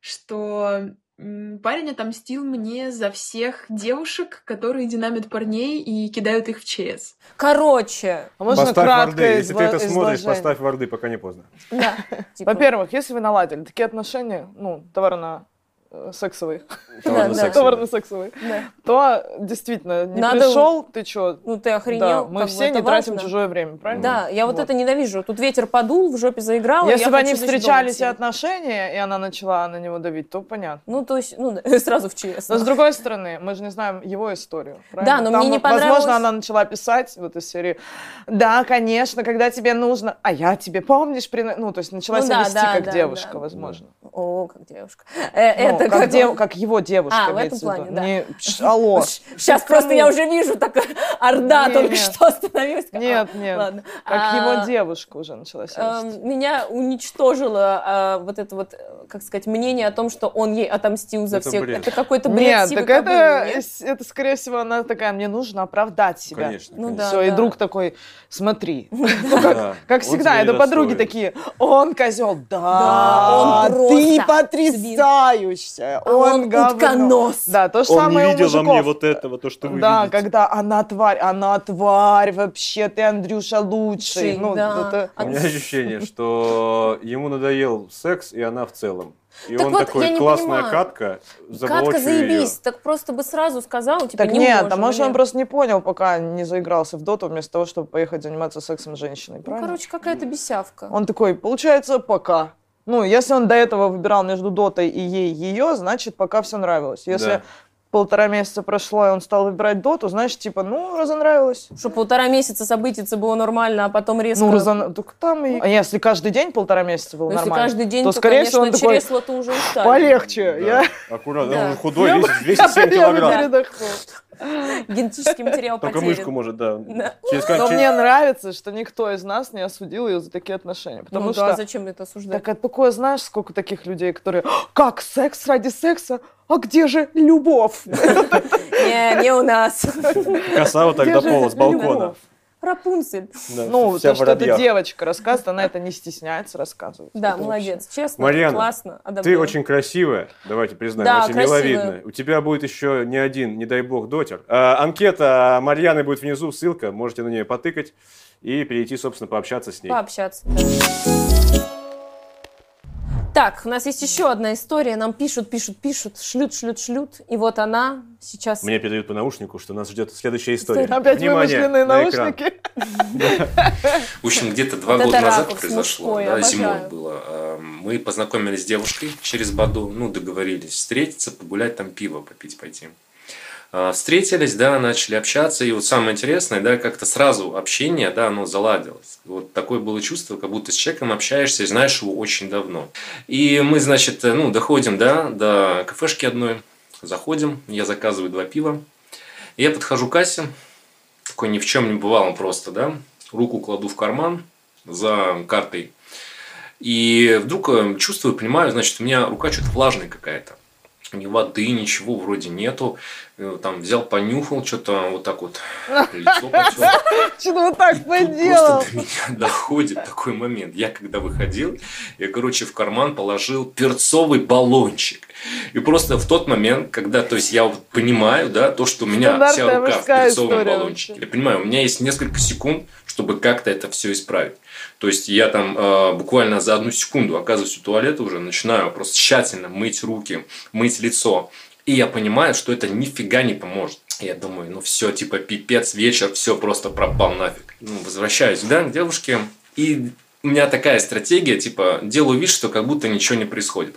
D: что м, парень отомстил мне за всех девушек, которые динамят парней и кидают их в ЧС.
A: Короче,
C: А можно
B: поставь варды.
C: краткое
B: Если ты это
C: изла-
B: смотришь,
C: изложение?
B: поставь варды, пока не поздно.
A: да. типа,
C: Во-первых, если вы наладили такие отношения, ну, э, товарно-сексовые,
A: Да.
C: товарно-сексовые,
A: да.
C: то действительно, не
A: Надо-
C: пришел, ты чё,
A: Ну ты
C: да,
A: охренел.
C: мы
A: как бы,
C: все
A: это
C: не тратим
A: важно.
C: чужое время, правильно?
A: Да, я вот,
C: Вот.
A: это ненавижу. Тут ветер подул, в жопе заиграл.
C: Если бы они встречались и
A: встречались
C: отношения, и она начала на него давить, то понятно.
A: Ну, то есть, ну, да, сразу в ЧС.
C: Но с другой стороны, мы же не знаем его историю, правильно?
A: Да, но
C: Там,
A: мне не
C: вот, Возможно,
A: понравилось-
C: она начала писать вот из серии «Да, конечно, когда тебе нужно, а я тебе, помнишь, при...» Ну, то есть начала
A: Ну
C: себя
A: да,
C: вести
A: да,
C: как
A: да,
C: девушка,
A: да.
C: возможно.
A: О, как девушка. Э,
C: Ну,
A: это
C: как,
A: как-
C: дев- как его девушка.
A: А, в
C: имеется
A: этом плане,
C: виду.
A: да.
C: Не, пш, алло.
A: Сейчас просто
C: кому?
A: я уже вижу, такая орда
C: Не,
A: только
C: нет.
A: что остановилась. А,
C: Нет, нет.
A: Ладно.
C: Как его
A: А,
C: девушка уже начала себя вести.
A: эм, Меня уничтожило а, вот это вот, э, как сказать, мнение о том, что он ей отомстил за
B: Это
A: всех.
B: бред.
A: Это какой-то бред
C: Нет,
A: сивой
C: так это,
A: кобылы, нет?
C: с- это, скорее всего, она такая, мне нужно оправдать себя.
B: Конечно.
A: Ну
B: конечно.
A: да.
C: Все, и друг такой, смотри. Ну, как-
B: Да.
C: Как
B: Он
C: всегда,
B: тебя не
C: это подруги
B: расстроит.
C: такие, он козел,
A: Да,
C: да,
A: он
C: ты
A: просто
C: потрясающая,
A: А он
C: он говно.
A: утконос.
C: Да, то же
B: Он
C: самое
B: не
C: у
B: видел во мне
C: мужиков.
B: вот этого, то, что вы
C: Да,
B: видите.
C: когда она тварь, она тварь вообще, ты, Андрюша, лучший.
A: Шик,
C: Ну,
A: да.
C: это-
A: А
B: У меня ощущение, что ему надоел секс, и она в целом. И
A: Так
B: он
A: вот, я
B: такой,
A: не
B: классная
A: понимаю.
B: катка,
A: Катка,
B: заблочу
A: заебись,
B: ее.
A: так просто бы сразу сказал, типа,
C: Так
A: не
C: нет,
A: можем,
C: а может он
A: или-
C: просто не понял, пока не заигрался в доту, вместо того, чтобы поехать заниматься сексом с женщиной,
A: Ну,
C: правильно?
A: короче, какая-то бесявка.
C: Он такой, получается, пока. Ну, если он до этого выбирал между дотой и ей ее, значит, пока все нравилось. Если
B: Да.
C: полтора месяца прошло, и он стал выбирать доту, значит, типа, ну, разонравилось.
A: Что полтора месяца событиться было нормально, а потом резко...
C: Ну, разон... так там и... А если каждый день полтора месяца было
A: Ну, если
C: нормально,
A: каждый день,
C: то,
A: то,
C: скорее всего, он
A: конечно,
C: такой,
A: чресло-то уже устали.
C: полегче. Я...
B: Да. Аккуратно,
A: Да.
B: он худой,
C: Я бы-
B: весит 207
C: я бы
B: килограмм.
C: передохнул.
A: Генетический материал
B: Только
A: потерян.
B: мышку может, да.
A: Да.
B: Через
C: Но
B: кон-
C: мне нравится, что никто из нас не осудил ее за такие отношения. Потому
A: ну
C: что
A: да, зачем это осуждать?
C: Так а такое, знаешь, сколько таких людей, которые «А, как секс ради секса? А где же любовь?
A: Не, не у нас.
B: Коса вот так
C: Где
B: до
C: же
B: пола, с балкона.
C: любовь?
A: Рапунцель.
B: Да,
C: Ну,
B: вся
C: то,
B: в
C: что эта
B: родьях.
C: девочка рассказывает, она это не стесняется рассказывать.
A: Да,
C: Это
A: молодец. Честно,
B: Марьяна,
A: классно.
B: Ты
A: одобряю.
B: очень красивая, давайте признаем,
A: Да,
B: очень
A: красивая.
B: миловидная. У тебя будет еще не один, не дай бог, дотер. А, анкета Марьяны будет внизу, ссылка, можете на нее потыкать и перейти, собственно, пообщаться с ней.
A: Пообщаться. да. Так, у нас есть еще одна история. Нам пишут, пишут, пишут, шлют, шлют, шлют. И вот она сейчас...
B: Мне передают по наушнику, что нас ждет следующая история.
A: История.
C: Опять
B: Внимание
C: вымышленные
B: на экран.
C: наушники.
E: В общем, где-то два
A: Вот
E: года
A: это
E: назад
A: ракурс
E: произошло,
A: мужской,
E: да,
A: обожаю.
E: зимой было. Э, Мы познакомились с девушкой через Баду, ну, договорились встретиться, погулять там, пиво попить пойти. Э, Встретились, да, начали общаться, и вот самое интересное, да, как-то сразу общение, да, оно заладилось. Вот такое было чувство, как будто с человеком общаешься и знаешь его очень давно. И мы, значит, э, ну, доходим, да, до кафешки одной, заходим, я заказываю два пива, я подхожу к кассе, такой ни в чем не бывало просто, да, руку кладу в карман за картой, и вдруг э, чувствую, понимаю, значит, у меня рука что-то влажная какая-то. Ни воды, ничего вроде нету. Э, Там взял, понюхал, что-то вот так вот лицо потер.
C: Что вот так
E: Тут
C: поделал?
E: Просто до меня доходит такой момент. Я когда выходил, я, короче, в карман положил перцовый баллончик. И просто в тот момент, когда, то есть я вот понимаю, да, то, что у меня
C: Стандартная
E: вся рука в
C: мужская
E: перцовом
C: история
E: баллончике.
C: вообще.
E: Я понимаю, у меня есть несколько секунд, чтобы как-то это все исправить. То есть я там э, буквально за одну секунду оказываюсь у туалета уже, начинаю просто тщательно мыть руки, мыть лицо. И я понимаю, что это нифига не поможет. Я думаю, ну все, типа пипец, вечер, все просто пропал нафиг. Ну, возвращаюсь, да, к девушке. И у меня такая стратегия, типа, делаю вид, что как будто ничего не происходит.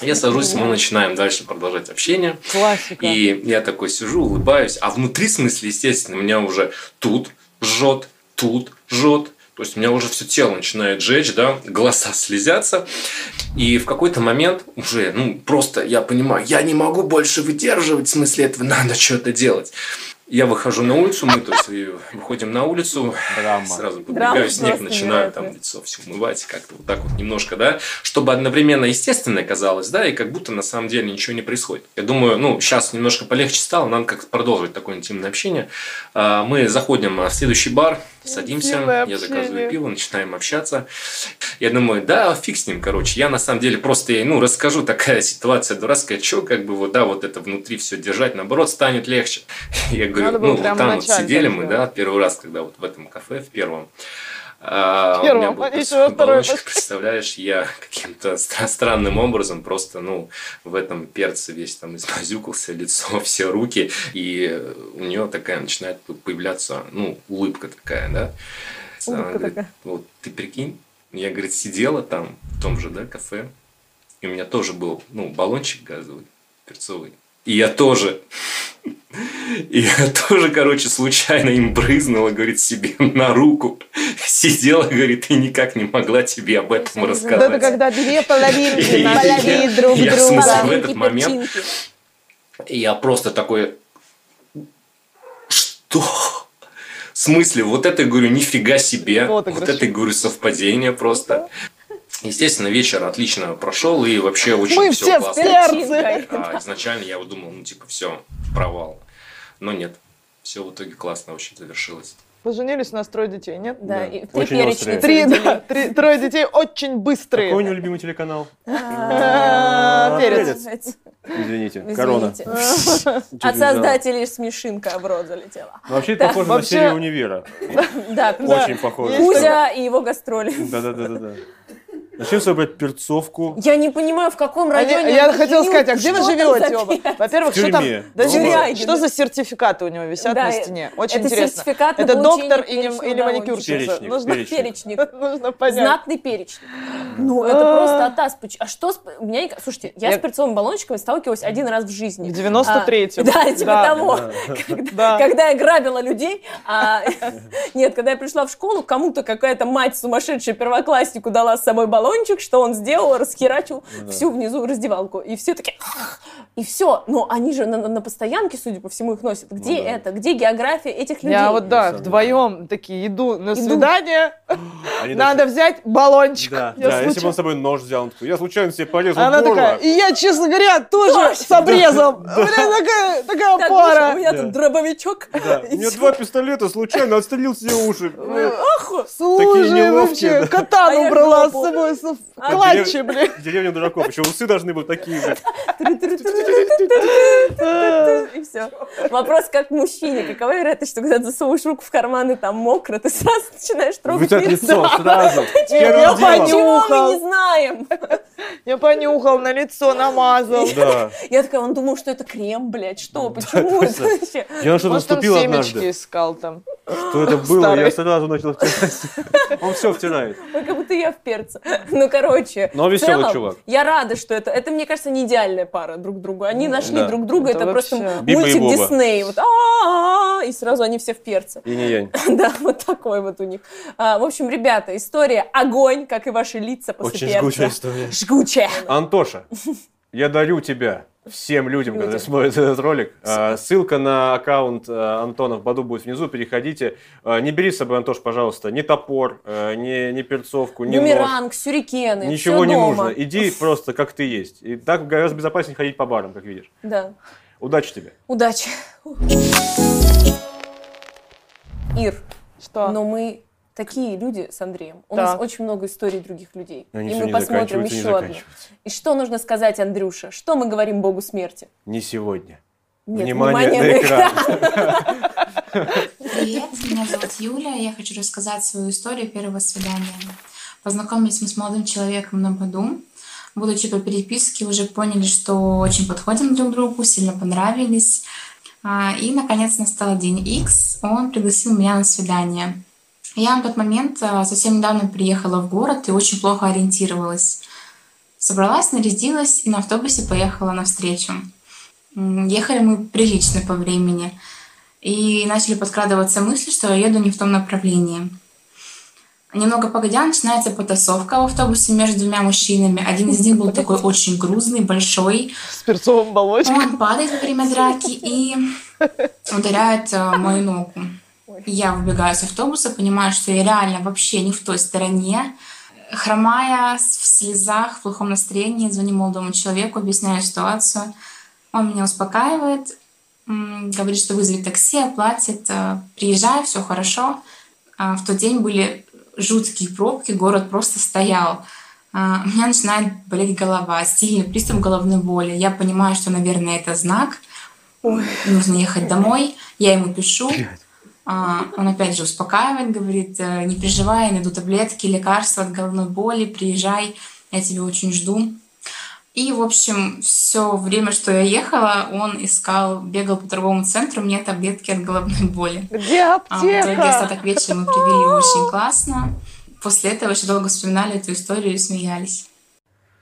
E: Я сажусь, мы начинаем дальше продолжать общение.
C: Классика.
E: И я такой сижу, улыбаюсь. А внутри, в смысле, естественно, меня уже тут жжет, тут жжет. То есть у меня уже все тело начинает жечь, да, голоса слезятся. И в какой-то момент уже, ну, просто я понимаю, я не могу больше выдерживать, в смысле этого надо что-то делать. Я выхожу на улицу, мы то есть и выходим на улицу,
B: Драма.
E: сразу
A: Драма
E: подбегаю, снег
A: просто
E: начинаю там
A: невероятная.
E: лицо все умывать, как-то вот так вот немножко, да, чтобы одновременно естественно казалось, да, и как будто на самом деле ничего не происходит. Я думаю, ну, сейчас немножко полегче стало, надо как-то продолжить такое интимное общение. А, Мы заходим а, в следующий бар,
C: Интимное
E: садимся, я
C: общение.
E: заказываю пиво, начинаем общаться. Я думаю, да, фиг с ним, короче. Я на самом деле просто ей, ну, расскажу, такая ситуация дурацкая, что как бы вот, да, вот это внутри все держать, наоборот, станет легче. Я говорю,
C: Надо было
E: ну, вот
C: прямо
E: там вот
C: вначале
E: сидели
C: так
E: мы,
C: сделать.
E: да, первый раз, когда вот в этом кафе, в первом. А,
C: В
E: у меня
C: первом,
E: был
C: а
E: просто
C: еще во второй
E: баллончик,
C: пошли.
E: представляешь, я каким-то стра- странным образом просто, ну, в этом перце весь там измазюкался, лицо, все руки, и у нее такая начинает появляться, ну, улыбка такая, да. Она
A: Улыбка
E: говорит,
A: такая.
E: вот ты прикинь, я, говорит, сидела там, в том же, да, кафе, и у меня тоже был, ну, баллончик газовый, перцовый. И я тоже И я тоже, короче, случайно им брызнула, говорит, себе на руку. Сидела, говорит, и никак не могла тебе об этом
C: Вот ну это
E: рассказать.
C: когда две половинки
E: И
A: на
C: половины
E: я-
C: друг
E: я, в
C: друга.
E: смысле, в
A: Маленькие
E: этот момент
A: перчинки.
E: и я просто такой, что? В смысле, вот это, я говорю, нифига себе.
C: Вот
E: Вот,
C: игрушка.
E: это, я говорю, совпадение просто. Естественно, вечер отлично прошел, и вообще очень
C: Ну Мы
E: все
C: все
E: классно.
C: стерцы.
E: А, изначально я вот думал, ну, типа, все, провал. Но нет, все в итоге классно очень завершилось.
C: Поженились на трое детей, нет?
A: Да,
E: Да.
A: и три
B: Очень
A: перечницы.
B: острые.
C: Три,
A: выделили.
C: да, три- трое детей очень быстрые.
B: Какой у него любимый телеканал?
C: А, Перец.
B: Извините,
A: Извините.
B: корона.
A: От создателей смешинка в рот залетела.
B: Ну, Вообще это похоже на
C: Вообще-
B: серию универа.
A: Да,
B: Очень похоже.
C: Есть такое.
A: Кузя и его гастроли.
B: Да-да-да-да. Зачем с собой брать перцовку?
A: Я не понимаю, в каком
C: Они-
A: районе...
C: я
A: они
C: хотела
A: живут,
C: сказать, а где вы
A: что
C: живете
A: там за
C: оба?
A: пи-
C: Во-первых,
B: В
C: что там?
B: тюрьме.
C: Да,
B: Ну,
C: что-
A: Тюрягина.
C: Что за сертификаты у него висят
A: Да,
C: на
A: э,
C: стене? Очень
A: это
C: интересно.
A: сертификат на
C: Это
A: получение
C: доктор или,
A: перечного
C: или
A: удовольствия.
C: маникюрщица?
B: Перечник,
C: Нужно,
B: перечник.
A: Перечник.
C: нужно понять.
A: Знатный перечник. Ну, это
C: А.
A: просто атас. Поч- А что... с- У меня... никак- Слушайте, я
C: Я-
A: с перцовыми баллончиками сталкивалась один раз в жизни.
C: В 93-м.
A: А, Да, типа
C: Да.
A: того.
C: Да.
A: Когда я грабила людей, а, нет, когда я пришла в школу, кому-то какая-то мать сумасшедшая первокласснику дала с собой баллончик, что он сделал, расхерачил
B: Ну
A: всю внизу раздевалку. И все такие, «Ах!» и все. Но они же на, на постоянке, судя по всему, их носят. Где
B: Ну да.
A: это? Где география этих людей?
C: Я вот, да,
B: Несомненно.
C: вдвоем такие иду на
A: Иду.
C: свидание,
B: Они
C: надо взять баллончик.
B: Да,
C: Я
B: да, если бы
C: случай-
B: он с собой нож взял, он такой, я случайно себе порезал
C: Она
B: горло».
C: такая, и я, честно говоря, тоже с обрезом. Блин, такая, такая
A: Так, Миша, у
C: пара.
A: меня
B: Да.
A: тут дробовичок.
B: Да,
A: И
B: у меня
A: всё.
B: два пистолета, случайно отстрелил себе уши.
C: Слушай, ну
B: неловкие,
C: вообще,
B: да.
A: А я
C: катану брала с
A: жопу.
C: собой, со- в
A: А,
C: клатче, блин.
B: Деревня дураков, еще усы должны быть такие же.
A: И все. Вопрос как мужчине. Какова вероятность, что когда ты засовываешь руку в карман и там мокро, ты сразу начинаешь трогать
B: Вытят лицо сразу. Первым
C: я
B: делом.
C: поню-
A: Чего
C: Нюхал.
A: «А мы не знаем?
C: Я понюхал, на лицо намазал.
B: Да.
A: Я такая, он думал, что это крем, блядь, что, почему это вообще?
B: Я на что-то
C: Может, он
B: наступил
C: семечки
B: однажды.
C: искал там.
B: Что это было,
C: Старый.
B: я сразу начал втирать. Он все втирает.
A: Ой, как будто я в перце. Ну, короче.
B: Но
A: в
B: веселый
A: целом,
B: чувак.
A: Я рада, что это... Это, мне кажется, не идеальная пара друг к другу. Они нашли
B: Да.
A: друг друга.
C: Это
A: Это просто
C: вообще-
B: Биба и
A: мультик
B: Боба.
A: Дисней. Вот «А-а-а», и сразу они все в перце.
B: И не янь.
A: Да, вот такой вот у них. А, В общем, ребята, история огонь, как и ваши лица после
B: Очень
A: перца.
B: жгучая история.
A: Жгучая.
B: Антоша, я дарю тебя всем людям, которые
A: Людям.
B: смотрят этот ролик. А, Ссылка на аккаунт а, Антона в Баду будет внизу, переходите. А, Не бери с собой, Антош, пожалуйста, ни топор, а, ни, ни перцовку, ни нож.
A: Бумеранг, сюрикены.
B: Ничего
A: всё
B: не
A: дома.
B: нужно. Иди просто как ты есть. И так гораздо безопаснее ходить по барам, как видишь.
A: Да.
B: Удачи тебе.
A: Удачи. Ир,
C: Что?
A: но мы такие люди с Андреем. У
C: Да.
A: нас очень много историй других людей.
B: Они
A: и
B: всё
A: мы
B: Ну, не
A: посмотрим
B: заканчиваются, не
A: еще одну.
B: заканчиваются.
A: И что нужно сказать, Андрюша? Что мы говорим Богу смерти?
B: Не сегодня.
A: Нет,
B: внимание,
A: внимание
B: на
A: на
B: экран.
F: Привет, меня зовут Юля, я хочу рассказать свою историю первого свидания. Познакомились мы с молодым человеком на Баду. Будучи по переписке, уже поняли, что очень подходим друг другу, сильно понравились. А, И, наконец, настал день X, он пригласил меня на свидание. Я на тот момент а, совсем недавно приехала в город и очень плохо ориентировалась. Собралась, нарядилась и на автобусе поехала навстречу. М, Ехали мы прилично по времени – и начали подкрадываться мысли, что я еду не в том направлении. Немного погодя, начинается потасовка в автобусе между двумя мужчинами. Один из них был такой очень грузный, большой.
C: С перцовым
A: А,
C: баллончиком.
F: Он падает во время драки и ударяет э, мою ногу. Я выбегаю с автобуса, понимаю, что я реально вообще не в той стороне. Хромая, с- в слезах, в плохом настроении, звоню молодому человеку, объясняю ситуацию. Он меня успокаивает, м, говорит, что вызовет такси, оплатит, э, приезжай, все хорошо. А В тот день были жуткие пробки, город просто стоял. А, У меня начинает болеть голова, сильный приступ головной боли. Я понимаю, что, наверное, это знак. Нужно ехать домой. Я ему пишу. А, Он опять же успокаивает, говорит, э, не переживай, я найду таблетки, лекарства от головной боли, приезжай, я тебя очень жду. И, в общем, все время, что я ехала, он искал, бегал по торговому центру, мне таблетки от головной боли.
C: Где
F: А, в итоге
C: аптека?
F: остаток вечера мы привели очень классно. После этого еще долго вспоминали эту историю и смеялись.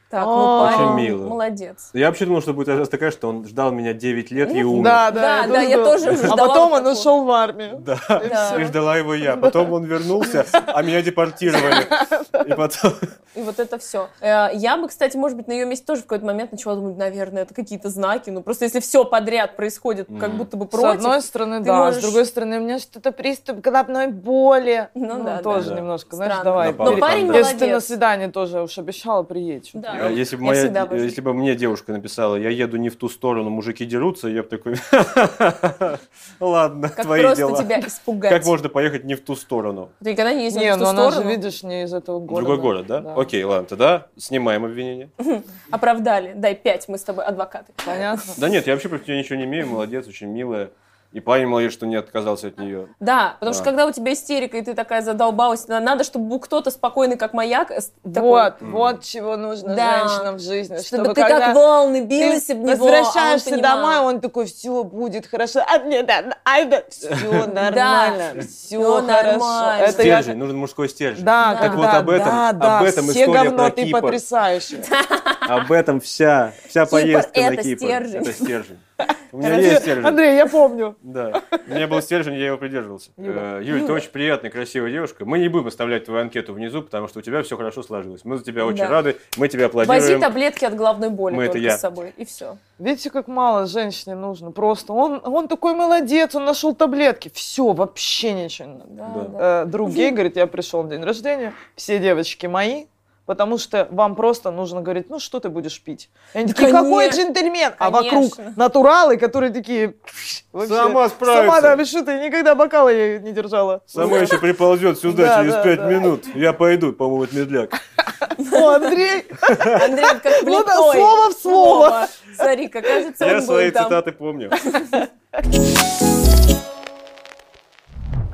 A: Так, ну,
C: А,
A: парень,
B: очень мило.
A: молодец.
B: Я вообще думал, что будет раз такая, что он ждал меня 9 лет и умер.
C: Да,
A: Да,
C: да,
A: да, я
C: думала.
A: тоже
C: А
A: ждала
C: потом
A: вот
C: он
A: такого.
C: ушел в армию.
B: Да.
C: И
A: Да.
B: И
C: всё.
B: ждала его я. Потом он вернулся, а меня депортировали. И потом...
A: И вот это все. Я бы, кстати, может быть, на ее месте тоже в какой-то момент начала думать, наверное, это какие-то знаки. Ну, просто если все подряд происходит, как
B: Мгм.
A: будто бы
C: С одной
A: против.
C: стороны,
A: Ты
C: да,
A: можешь-
C: с другой стороны, у меня что-то приступ головной боли.
A: Ну да, да.
C: Тоже
B: Да.
C: немножко,
A: Странно.
C: знаешь, давай.
B: Но
C: бери.
B: парень
C: Если ты на
A: молодец.
C: свидание тоже уж обещала, приедешь.
A: Да.
B: А Если бы,
A: Я всегда
B: моя,
A: обожаю.
B: если бы мне девушка написала, я еду не в ту сторону, мужики дерутся, я бы такой, ладно,
A: Как
B: твои
A: просто
B: дела.
A: тебя испугать.
B: Как можно поехать не в ту сторону?
A: Ты никогда не ездил
C: Не,
A: в ту
C: ну она же,
A: сторону?
C: видишь, не из этого
B: В
C: города.
B: Другой город, да? Окей, ладно, тогда снимаем обвинение.
A: Оправдали. Дай пять, мы с тобой адвокаты.
C: Понятно.
B: Да нет, я вообще против тебя ничего не имею, молодец, очень милая. И парень молодец, что не отказался от нее.
A: Да, потому что
B: Да.
A: когда у тебя истерика, и ты такая задолбалась, на- надо, чтобы был кто-то спокойный, как маяк. э, с- такой,
C: Вот, вот чего нужно
A: Да.
C: женщинам в жизни.
A: чтобы,
C: Чтобы
A: ты
C: когда
A: как волны
C: ты
A: билась об него, а он
C: возвращаешься
A: понимал.
C: домой, он такой, все будет хорошо. А мне да, ай да, все нормально, все
A: всё
C: хорошо.
A: нормально.
C: Это я-
B: Стержень, нужен мужской стержень.
C: Да,
A: Да.
C: когда-
B: Так вот об этом-
C: да,
B: об
C: да,
B: этом
C: все
B: история
C: говно,
B: про
C: ты
B: Кипр.
C: потрясающий.
B: Об этом вся, вся
C: Типа,
A: Кипр
B: поездка на
A: это
B: Кипр.
A: стержень.
B: Это стержень. У меня есть стержень.
C: Андрей, я помню.
B: Да. У меня был стержень, я его придерживался.
C: Юля.
B: Э, Юль, ты очень приятная, красивая девушка. Мы не будем оставлять твою анкету внизу, потому что у тебя все хорошо сложилось. Мы за тебя очень
A: Да.
B: рады, мы тебя
A: Вози
B: аплодируем.
A: таблетки от головной боли
B: Мы, это
A: только
B: я.
A: с собой, и все.
C: Видите, как мало женщине нужно. Просто он, он такой молодец, он нашел таблетки. Все, вообще ничего не надо.
B: Да.
C: Э, Друг гей говорит, я пришел на день рождения, все девочки мои, потому что вам просто нужно говорить, ну что ты будешь пить? И они такие,
A: Конечно.
C: какой джентльмен? А вокруг
A: Конечно.
C: натуралы, которые такие... «Пш, вообще,
B: Сама
C: Сама, да,
B: справится.
C: вы что, ты никогда бокала я не держала.
B: Сама еще приползет
C: Да,
B: сюда через
C: да,
B: пять
C: да.
B: минут. Я пойду помолоть медляк.
C: О, Андрей,
A: Андрей, вот как
C: Ну да,
A: влитой.
C: слово в слово.
A: Смотри-ка, кажется,
B: Я
A: он
B: свои
A: был там.
B: цитаты помню.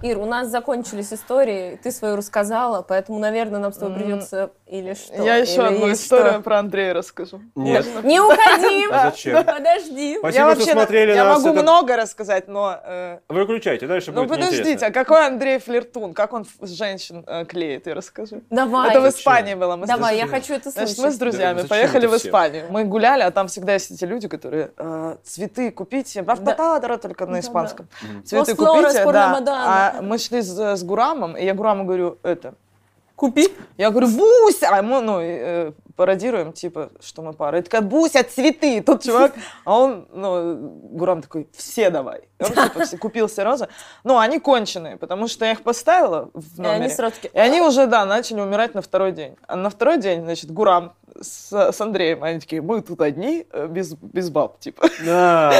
A: Ир, у нас закончились истории, ты свою рассказала, поэтому, наверное, нам с тобой
C: М.
A: придется или что?
C: я еще
A: или
C: одну
A: есть
C: историю про Андрея расскажу.
B: Нет.
A: что? Не уходи!
B: А зачем?
A: Подожди.
B: Спасибо,
C: я
B: что
C: вообще,
B: смотрели
C: я
B: нас.
C: могу
B: Это-
C: много рассказать, но... э,
B: Выключайте, дальше
C: ну
B: будет
C: подождите,
B: неинтересно.
C: а какой Андрей флиртун? Как он с женщин э, клеит? Я расскажу.
A: Давай,
C: Это в
B: зачем?
C: Испании было. мы с
A: давай, я хочу это
C: Значит,
A: слышать.
C: мы с
B: Да,
C: друзьями
B: зачем
C: поехали
B: это
C: в
B: всем?
C: Испанию. Мы гуляли, а там всегда есть эти люди, которые э, цветы купите. Бафтатадра, только на
A: Да-да.
C: испанском.
B: Мгм.
C: Цветы
A: Los flores
C: купите,
A: por la
C: да.
A: Madonna.
C: А мы шли с, с Гурамом, и я Гураму говорю, это...
A: Купи.
C: Я говорю, Буся! А мы, ну, э, пародируем, типа, что мы пара. И такая, Буся, цветы! И тот чувак, а он, ну, Гурам такой, все давай. И он, типа, все- купил все розы. Ну, они конченые, потому что я их поставила в
A: И они
C: номере.
A: сразу такие,
C: И они уже, да, начали умирать на второй день. А на второй день, значит, Гурам с, с Андреем, они такие, мы тут одни, э, без, без баб, типа.
B: Да.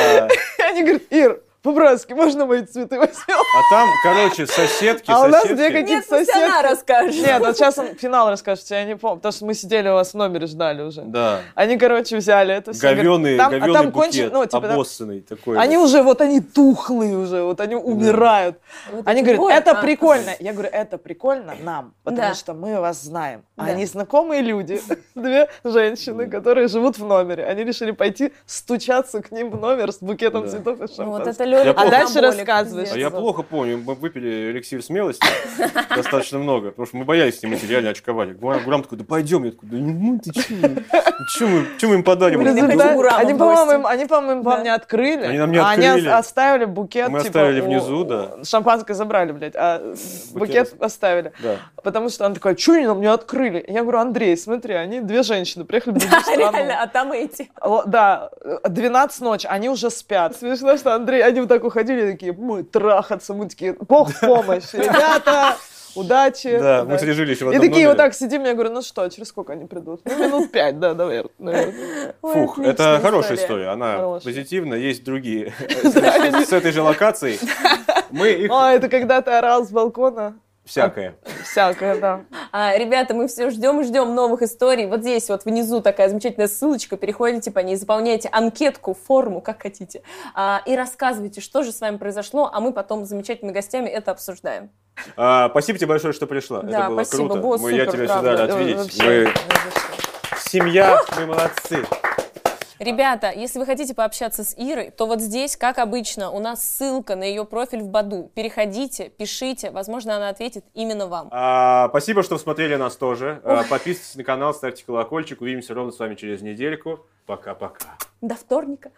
C: И они говорят, Ир, по-братски, можно мои цветы возьмем?
B: А там, короче, соседки,
C: А у нас
B: соседки.
C: две какие-то
A: Нет, пусть
C: соседки.
A: она расскажет.
C: Нет, вот сейчас он финал расскажет, я не помню, потому что мы сидели у вас в номере, ждали уже.
B: Да.
C: Они, короче, взяли это все.
B: Говёный,
C: говорят, там-
B: говёный
C: а там
B: букет,
C: кончен- ну, типа, там-
B: обоссанный такой.
C: Они уже, вот они тухлые уже, вот они умирают.
A: Вот
C: Они
A: это
C: говорят,
A: боль,
C: это
A: а.
C: прикольно. Я говорю, это прикольно нам, потому
A: Да.
C: что мы вас знаем. А
A: Да.
C: они знакомые люди, две женщины, которые живут в номере. Они решили пойти стучаться к ним в номер с букетом
B: Да.
C: цветов и
A: Ну, вот
C: шампанского.
A: это Лёля
B: Я плохо- А
C: дальше
A: Крамболик,
C: рассказываешь.
B: А
A: пиздец.
B: я плохо помню, мы выпили эликсир смелости достаточно много, потому что мы боялись с ним идти, реально очковали. Гурам, «А, Гурам такой, да пойдем. Я такой, да ну ты че, че мы, че мы им подарим?
C: В
A: Я хочу
C: результате-
A: Гурама
C: Они,
A: в
C: по-моему,
A: гости.
C: им- они, по-моему, им вам
A: Да.
C: не открыли.
B: Они нам не
C: а Они
B: открыли.
C: ос- оставили букет.
B: Мы
C: типа,
B: оставили
C: у-
B: внизу, да.
C: Шампанское забрали, блядь, а букет
B: ост-
C: оставили.
B: Да.
C: Потому что она такая, что они нам не открыли? Я говорю, Андрей, смотри, они две женщины приехали в другую
A: А,
C: страну.
A: Реально, а там эти.
C: Л- Да, э, 12 ночи, они уже спят. Смешно, что Андрей, они вот так уходили, такие, мы трахаться, мы такие, бог в помощь, ребята, удачи.
B: Да, мы
C: удачи».
B: сидели еще в
C: И
B: одном
C: такие вот
B: номере.
C: так сидим, я говорю, ну что, через сколько они придут? Ну, минут пять, да, наверное. наверное.
A: Ой,
B: Фух,
A: отличная
B: это хорошая история, она
C: Хорошая.
B: позитивна, есть другие с этой же локацией. Мы их
C: А, это когда ты орал с балкона?
B: всякое.
C: Всякое, да.
A: А, ребята, мы все ждем и ждем новых историй. Вот здесь вот внизу такая замечательная ссылочка. Переходите по ней, заполняйте анкетку, форму, как хотите. А, и рассказывайте, что же с вами произошло, а мы потом с замечательными гостями это обсуждаем.
B: А, Спасибо тебе большое, что пришла.
A: Да,
B: Это было
A: спасибо,
B: круто.
A: было
B: Мы- Я
A: супер,
B: тебя сюда
A: правда.
B: рад
C: Э,
B: видеть.
C: вообще,
B: Мы
C: ни за что.
B: семья, мы молодцы.
A: Ребята, если вы хотите пообщаться с Ирой, то вот здесь, как обычно, у нас ссылка на ее профиль в Баду. Переходите, пишите, возможно, она ответит именно вам.
B: А, спасибо, что смотрели нас тоже. А, подписывайтесь на канал, ставьте колокольчик. Увидимся ровно с вами через недельку. Пока-пока.
A: До вторника.